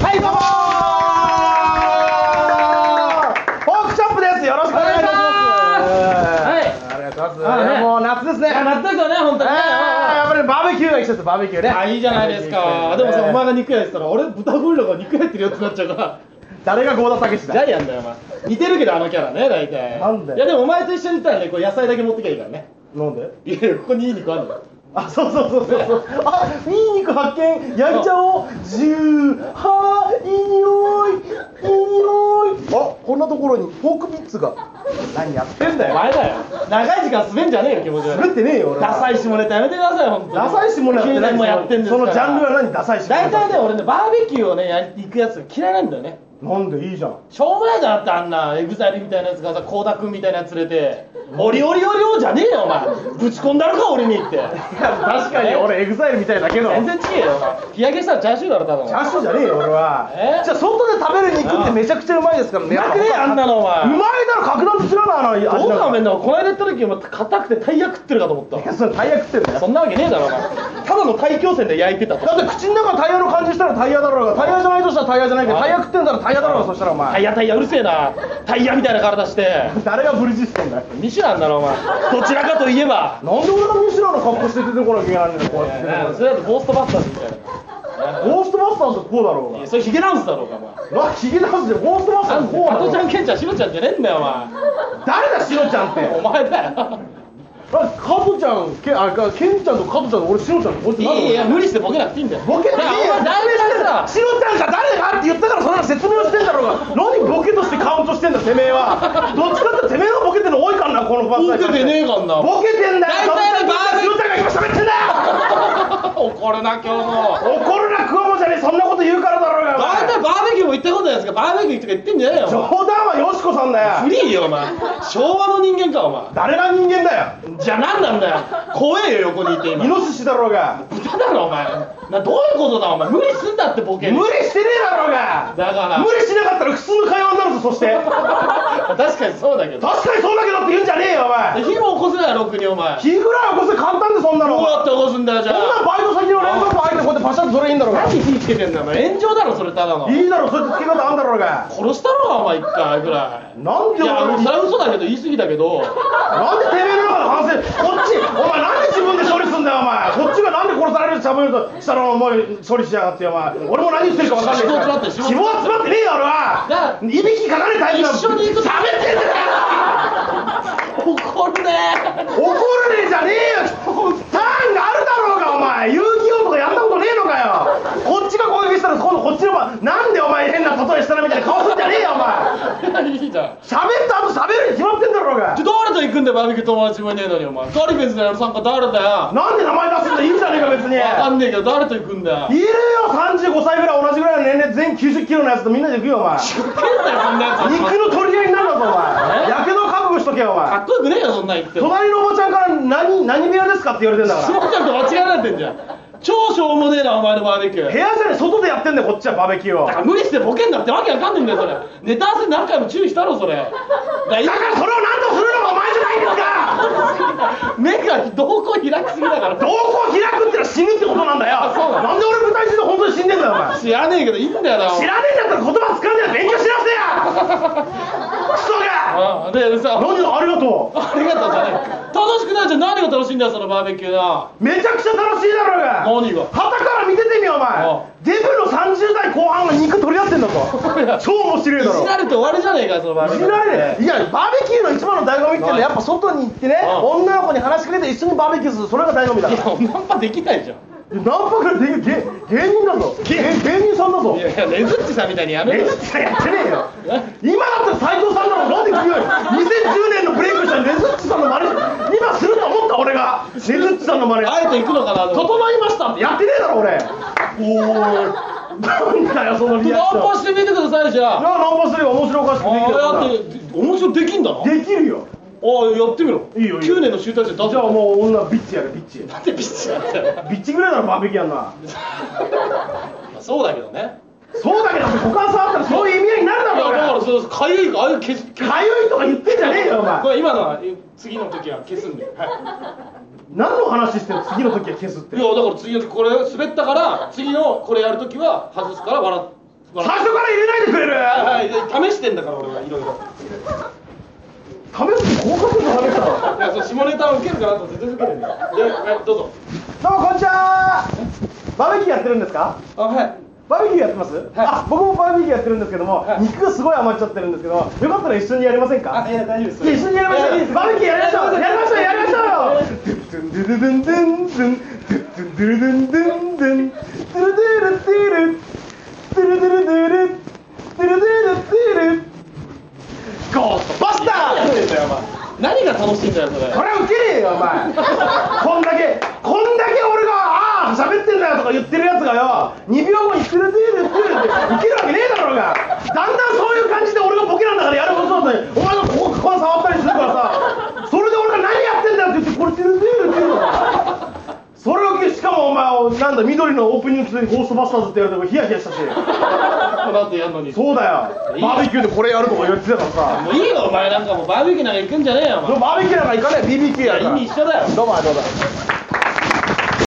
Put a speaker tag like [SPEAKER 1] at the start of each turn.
[SPEAKER 1] はい、どうもーフォークショップですよろしくお願いいたします
[SPEAKER 2] は
[SPEAKER 1] ありがとうござい
[SPEAKER 2] は
[SPEAKER 1] ます
[SPEAKER 2] い
[SPEAKER 1] いやもう夏ですね
[SPEAKER 2] やなったよね本当
[SPEAKER 1] えー
[SPEAKER 2] にね
[SPEAKER 1] やっぱりバーベキューが季節バーベキューね
[SPEAKER 2] あいいじゃないですかでもさお前が肉屋やってたら俺豚ゴリラが肉やってるよってなっちゃう から
[SPEAKER 1] 誰が郷田武史
[SPEAKER 2] ジ
[SPEAKER 1] だ
[SPEAKER 2] ャイアンだよお前似てるけどあのキャラね大体
[SPEAKER 1] なんで
[SPEAKER 2] いやでもお前と一緒にいたらねこう野菜だけ持ってきゃいいからね
[SPEAKER 1] なんで
[SPEAKER 2] いやここにいい肉あるのよ
[SPEAKER 1] あそうそうそうそうそうあニンニク発見焼いちゃおうジューはーいい匂いいい匂いあこんなところにフォークピッツが何やってんだ
[SPEAKER 2] お
[SPEAKER 1] よ
[SPEAKER 2] 前だよ長い時間滑んじゃねえよ気持ち悪い
[SPEAKER 1] 滑ってねえよ俺は
[SPEAKER 2] ダサい下ネタやめてください本当に
[SPEAKER 1] ダサいしものやって
[SPEAKER 2] 9
[SPEAKER 1] ない
[SPEAKER 2] 年もやってんですから
[SPEAKER 1] そのジャンルは何ダサいし
[SPEAKER 2] 大体ね俺ねバーベキューをねやり行くやつが嫌いなんだよね
[SPEAKER 1] なんでいいじゃん
[SPEAKER 2] しょうもないじゃんだってあんなエグザイルみたいなやつがさ倖田君みたいなやつ連れて「おりおりおりお」じゃねえよお前ぶち込んだろか俺にって
[SPEAKER 1] 確かに俺エグザイルみたいだけど
[SPEAKER 2] 全然違えよお前日焼けしたらチャーシューだろ多分
[SPEAKER 1] チャーシューじゃねえよ俺は
[SPEAKER 2] え
[SPEAKER 1] じゃあ外で食べる肉ってめちゃくちゃうまいですからね
[SPEAKER 2] うまくねえあんなのお前
[SPEAKER 1] うまいだろ格段と知らないあの味
[SPEAKER 2] どうかめん
[SPEAKER 1] だ
[SPEAKER 2] だこの間行った時お前硬くてタイヤ食ってるかと思った
[SPEAKER 1] それタイヤ食ってんだよ
[SPEAKER 2] そんなわけねえだろお前ただの大気汚染で焼いてたと
[SPEAKER 1] だって口の中タイヤの感じしたらタイヤだろうがタイヤじゃないとしたらタイヤじゃないけど
[SPEAKER 2] ああ
[SPEAKER 1] タイヤ食ってんだらタイヤだろうがそしたらお
[SPEAKER 2] タ
[SPEAKER 1] 前
[SPEAKER 2] イヤタイヤうるせえなタイヤみたいな体して
[SPEAKER 1] 誰がブリヂストンだよ
[SPEAKER 2] ミシュランだろお前どちらかといえば
[SPEAKER 1] なんで俺がミシュランの格好して出てこなきゃいけないんだよこうやって出てこな
[SPEAKER 2] それだとゴーストバスターズみたい
[SPEAKER 1] きゃゴーストバスターズってこうだろう
[SPEAKER 2] な
[SPEAKER 1] が
[SPEAKER 2] いやそれヒゲダンスだろうかお前
[SPEAKER 1] なヒゲダンスでゴーストバスタ
[SPEAKER 2] あ
[SPEAKER 1] ーズってこうだ
[SPEAKER 2] ん
[SPEAKER 1] ろう
[SPEAKER 2] とちゃ
[SPEAKER 1] が
[SPEAKER 2] んケンちゃんシロちゃんじゃねえんだよお
[SPEAKER 1] 誰だシロちゃんって
[SPEAKER 2] 前お前だよ
[SPEAKER 1] あカトちゃんけあかケンちゃんとカトちゃんと俺シロちゃんとこうやって
[SPEAKER 2] い
[SPEAKER 1] なるの
[SPEAKER 2] やいや無理してボケなくていいんだよ
[SPEAKER 1] ボケてねえよ
[SPEAKER 2] だからお前だいぶだ
[SPEAKER 1] シロちゃんが誰がって言ったからそんなの説明をしてんだろうが何ボケとしてカウントしてんだてめえはどっちかっててめえがボケてるの多いからなこのバ
[SPEAKER 2] ボ
[SPEAKER 1] ス
[SPEAKER 2] ケてねえかんな
[SPEAKER 1] ボケてんだよ
[SPEAKER 2] 大体のバーベ
[SPEAKER 1] シロちゃんが今喋ってんだ
[SPEAKER 2] 怒るな今日も
[SPEAKER 1] よ怒るなクワモじゃねえそんなこと言うからだろうがお前
[SPEAKER 2] 大体バーベキューも行ったことないですかバーベキューとか行ってんじゃねえよお前
[SPEAKER 1] 冗談はよしこさんだ
[SPEAKER 2] フ
[SPEAKER 1] よ
[SPEAKER 2] リーよお前昭和の人間かお前
[SPEAKER 1] 誰が人間だよ
[SPEAKER 2] じゃあ何なんだよ怖えよ横にいて今
[SPEAKER 1] イノシシだろうが
[SPEAKER 2] 豚だろお前などういうことだお前無理すんだってボケ
[SPEAKER 1] 無理してねえだろうが
[SPEAKER 2] だから
[SPEAKER 1] 無理しなかったら普通の会話になるぞそして
[SPEAKER 2] 確かにそうだけど
[SPEAKER 1] 確かにそうだけどって言うんじゃねえよお前
[SPEAKER 2] 火も起こせないろくにお前
[SPEAKER 1] 火ぐらいはこそ簡単でそんな
[SPEAKER 2] ど
[SPEAKER 1] の
[SPEAKER 2] うやって起こすんだよじゃ
[SPEAKER 1] そんな
[SPEAKER 2] あ
[SPEAKER 1] バイト先の冷蔵庫開いてこうやってパシャッとそれいいんだろうが
[SPEAKER 2] 何火つけてんだよお前炎上だろそれただの
[SPEAKER 1] いいだろそうやってつけ方あんだろうが
[SPEAKER 2] 殺したろお前一回ぐらい
[SPEAKER 1] なん
[SPEAKER 2] い
[SPEAKER 1] でお前な
[SPEAKER 2] や
[SPEAKER 1] ん
[SPEAKER 2] それは嘘だけど言い過ぎだけ
[SPEAKER 1] で
[SPEAKER 2] ど
[SPEAKER 1] てめえの中で反省こっちお前なんで自分で処理すんだよお前こっちがなんで殺されるって喋るとしたらお前処理しやがってよお前俺も何言ってるか分かんないから
[SPEAKER 2] 血も詰ま
[SPEAKER 1] 血も集まっ
[SPEAKER 2] ってる
[SPEAKER 1] てねえよ俺
[SPEAKER 2] だ
[SPEAKER 1] は
[SPEAKER 2] か
[SPEAKER 1] いびきかかれたい
[SPEAKER 2] 一緒に行く
[SPEAKER 1] 喋ってんだよ
[SPEAKER 2] 怒るね
[SPEAKER 1] 怒るねえじゃねえよターンがあるだろうがお前遊戯王とかやったことねえのかよこっちが攻撃したら今度こっちの番なんでお前変な例えしたなみたいな顔すんじゃねえよお前
[SPEAKER 2] いいじゃん
[SPEAKER 1] 喋った後喋るに決まってんだろうが
[SPEAKER 2] じゃあ誰と行くんだよバーベキュー友達もいねえのにお前ガリベンズのやる参加誰だよ
[SPEAKER 1] なんで名前出すんだいいじゃねえか別に
[SPEAKER 2] わかんねえけど誰と行くんだよ
[SPEAKER 1] いるよ35歳ぐらい同じぐらいの年齢全員90キロのやつとみんなで行くよお前
[SPEAKER 2] ふけんなよそんなやつ
[SPEAKER 1] 肉の取り合いになるんだぞお前
[SPEAKER 2] え
[SPEAKER 1] やけど覚悟しとけよお
[SPEAKER 2] か
[SPEAKER 1] 前
[SPEAKER 2] っこよくねえよそんなん言っても
[SPEAKER 1] 隣のおばちゃんから何何部屋ですかって言われてんだか
[SPEAKER 2] そ
[SPEAKER 1] ら
[SPEAKER 2] うちゃんと間違えられてんじゃん超しょうもねえなお前のバーベキュー
[SPEAKER 1] 部屋じゃねえ外でやってんだよこっちはバーベキューをだか
[SPEAKER 2] だか
[SPEAKER 1] ら
[SPEAKER 2] 無理してボケんなってわけわかんねえんだよそれネタ合わせ何回も注意したろそれだから今
[SPEAKER 1] らそれを何とするのがお前じゃないんですか
[SPEAKER 2] 目が瞳孔開きすぎだから
[SPEAKER 1] 瞳孔開くってのは死ぬってことなんだよ
[SPEAKER 2] あそうなの
[SPEAKER 1] なんで俺舞台中で本当に死んでんだよお前
[SPEAKER 2] 知らねえけどいいんだよなお
[SPEAKER 1] 知
[SPEAKER 2] 前
[SPEAKER 1] らねえんだったら言葉使うんじゃない勉強しなせやクソが
[SPEAKER 2] あでさ
[SPEAKER 1] 何だありがとう
[SPEAKER 2] ありがとうじゃない楽しくないじゃん何が楽しいんだよそのバーベキューな
[SPEAKER 1] めちゃくちゃ楽しいだろうが
[SPEAKER 2] 何が
[SPEAKER 1] 旗から見ててみよお前
[SPEAKER 2] あ
[SPEAKER 1] デブの30代後半が肉取り合ってんだぞ超面白いだ
[SPEAKER 2] い
[SPEAKER 1] ろ
[SPEAKER 2] じられて終わりじゃねえかよそのバーベ
[SPEAKER 1] い
[SPEAKER 2] キ
[SPEAKER 1] じ
[SPEAKER 2] ュー
[SPEAKER 1] られねいやバーベキューの一番の醍醐味っていうのは
[SPEAKER 2] はい
[SPEAKER 1] やっぱ外に行ってね
[SPEAKER 2] あ
[SPEAKER 1] 女の子に話しかけて一緒にバーベキューするそれが醍醐味だ
[SPEAKER 2] い
[SPEAKER 1] から
[SPEAKER 2] やナンパできないじゃん
[SPEAKER 1] 何泊かで芸芸人だぞ芸芸人さんだぞ
[SPEAKER 2] いやいやレズッチさんみたいにやめ
[SPEAKER 1] え
[SPEAKER 2] ろよ
[SPEAKER 1] ずっちやってねえよ今だったら斎藤さんだろなんで君より2010年のブレイクしたレズッチさんの真似今すると思った俺がレズッチさんの真似
[SPEAKER 2] あえて行くのかなと思って
[SPEAKER 1] 整いましたってやってねえだろ俺おおなんだよそのリアクシ
[SPEAKER 2] ナン
[SPEAKER 1] ョ
[SPEAKER 2] パ
[SPEAKER 1] ン
[SPEAKER 2] してみてくださいじゃ
[SPEAKER 1] い
[SPEAKER 2] あ
[SPEAKER 1] やナンパすれば面白おかしくできるよ
[SPEAKER 2] あれだって面白いできんだなあ
[SPEAKER 1] そんなできるよ
[SPEAKER 2] やってみろ
[SPEAKER 1] いいよいいよ
[SPEAKER 2] 9年の集大成出す
[SPEAKER 1] じゃあもう女ビッチやるビッチ
[SPEAKER 2] なんでピッチなんだよ
[SPEAKER 1] ビッチぐらいならバーベキューやんな
[SPEAKER 2] まあそうだけどね
[SPEAKER 1] そうだけど股関節あったらそういう意味合いになるだ
[SPEAKER 2] いやだか
[SPEAKER 1] ろ
[SPEAKER 2] ら
[SPEAKER 1] 俺
[SPEAKER 2] そうかゆいああいう消す消す
[SPEAKER 1] かゆいとか言ってんじゃねえよお前
[SPEAKER 2] これ今のは次の時は消すんで、は
[SPEAKER 1] 何の話してんの次の時は消すっ
[SPEAKER 2] い、
[SPEAKER 1] て
[SPEAKER 2] いやだから次の時これ滑ったから次のこれやる時は外すから笑最
[SPEAKER 1] 最初から入れないでくれる
[SPEAKER 2] はい、試してんだから俺はいろいろ
[SPEAKER 1] 試す合格の試した
[SPEAKER 2] いやそう下ネタを受けるかなと思って全然受けないんだよではいどうぞ
[SPEAKER 1] どうもこんにちはバーベキューやってるんですか
[SPEAKER 2] あはい
[SPEAKER 1] バーベキューやってます、あ僕もバーベキューやってるんですけども、
[SPEAKER 2] はい
[SPEAKER 1] 肉がすごい余っちゃってるんですけどもよかったら一緒にやりませんか
[SPEAKER 2] あいや大丈夫
[SPEAKER 1] いや
[SPEAKER 2] です
[SPEAKER 1] 一緒にやりましょ
[SPEAKER 2] いいうです
[SPEAKER 1] バーベキューやりましょうやりましょうやりましょうよドゥンドゥルドゥンドゥンドゥンドゥルドゥンドゥンドゥンドゥルドゥルドゥルドゥルドゥルドゥルドゥルドゥルドゥルドゥルゴーストバスタ
[SPEAKER 2] 何やってん
[SPEAKER 1] ー
[SPEAKER 2] だよお前何が楽しいんだよそれ
[SPEAKER 1] これはウケねえよお前こんだけこんだけ俺が「ああ喋ってんだよ」とか言ってるやつがよ2秒後に「ツルツルツル」ってウケるわけねえだろうがだんだんそういう感じで俺がボケなんだからやることだってお前がここここ触ったりするからさそれで俺が「何やってんだ」って言って「これツルツルツル」それをしかもお前なんだ緑のオープニングでゴーストバスターズってやるとこヒヤヒヤしたし
[SPEAKER 2] この後やんのに
[SPEAKER 1] そうだよバーベキューでこれやるとか言ってたからさ
[SPEAKER 2] もういいよお前なんかもうバーベキューなんか行くんじゃねえよお前
[SPEAKER 1] でもバーベキューなんか行かない BBQ やるから
[SPEAKER 2] 意味一緒だよ
[SPEAKER 1] どうもどうも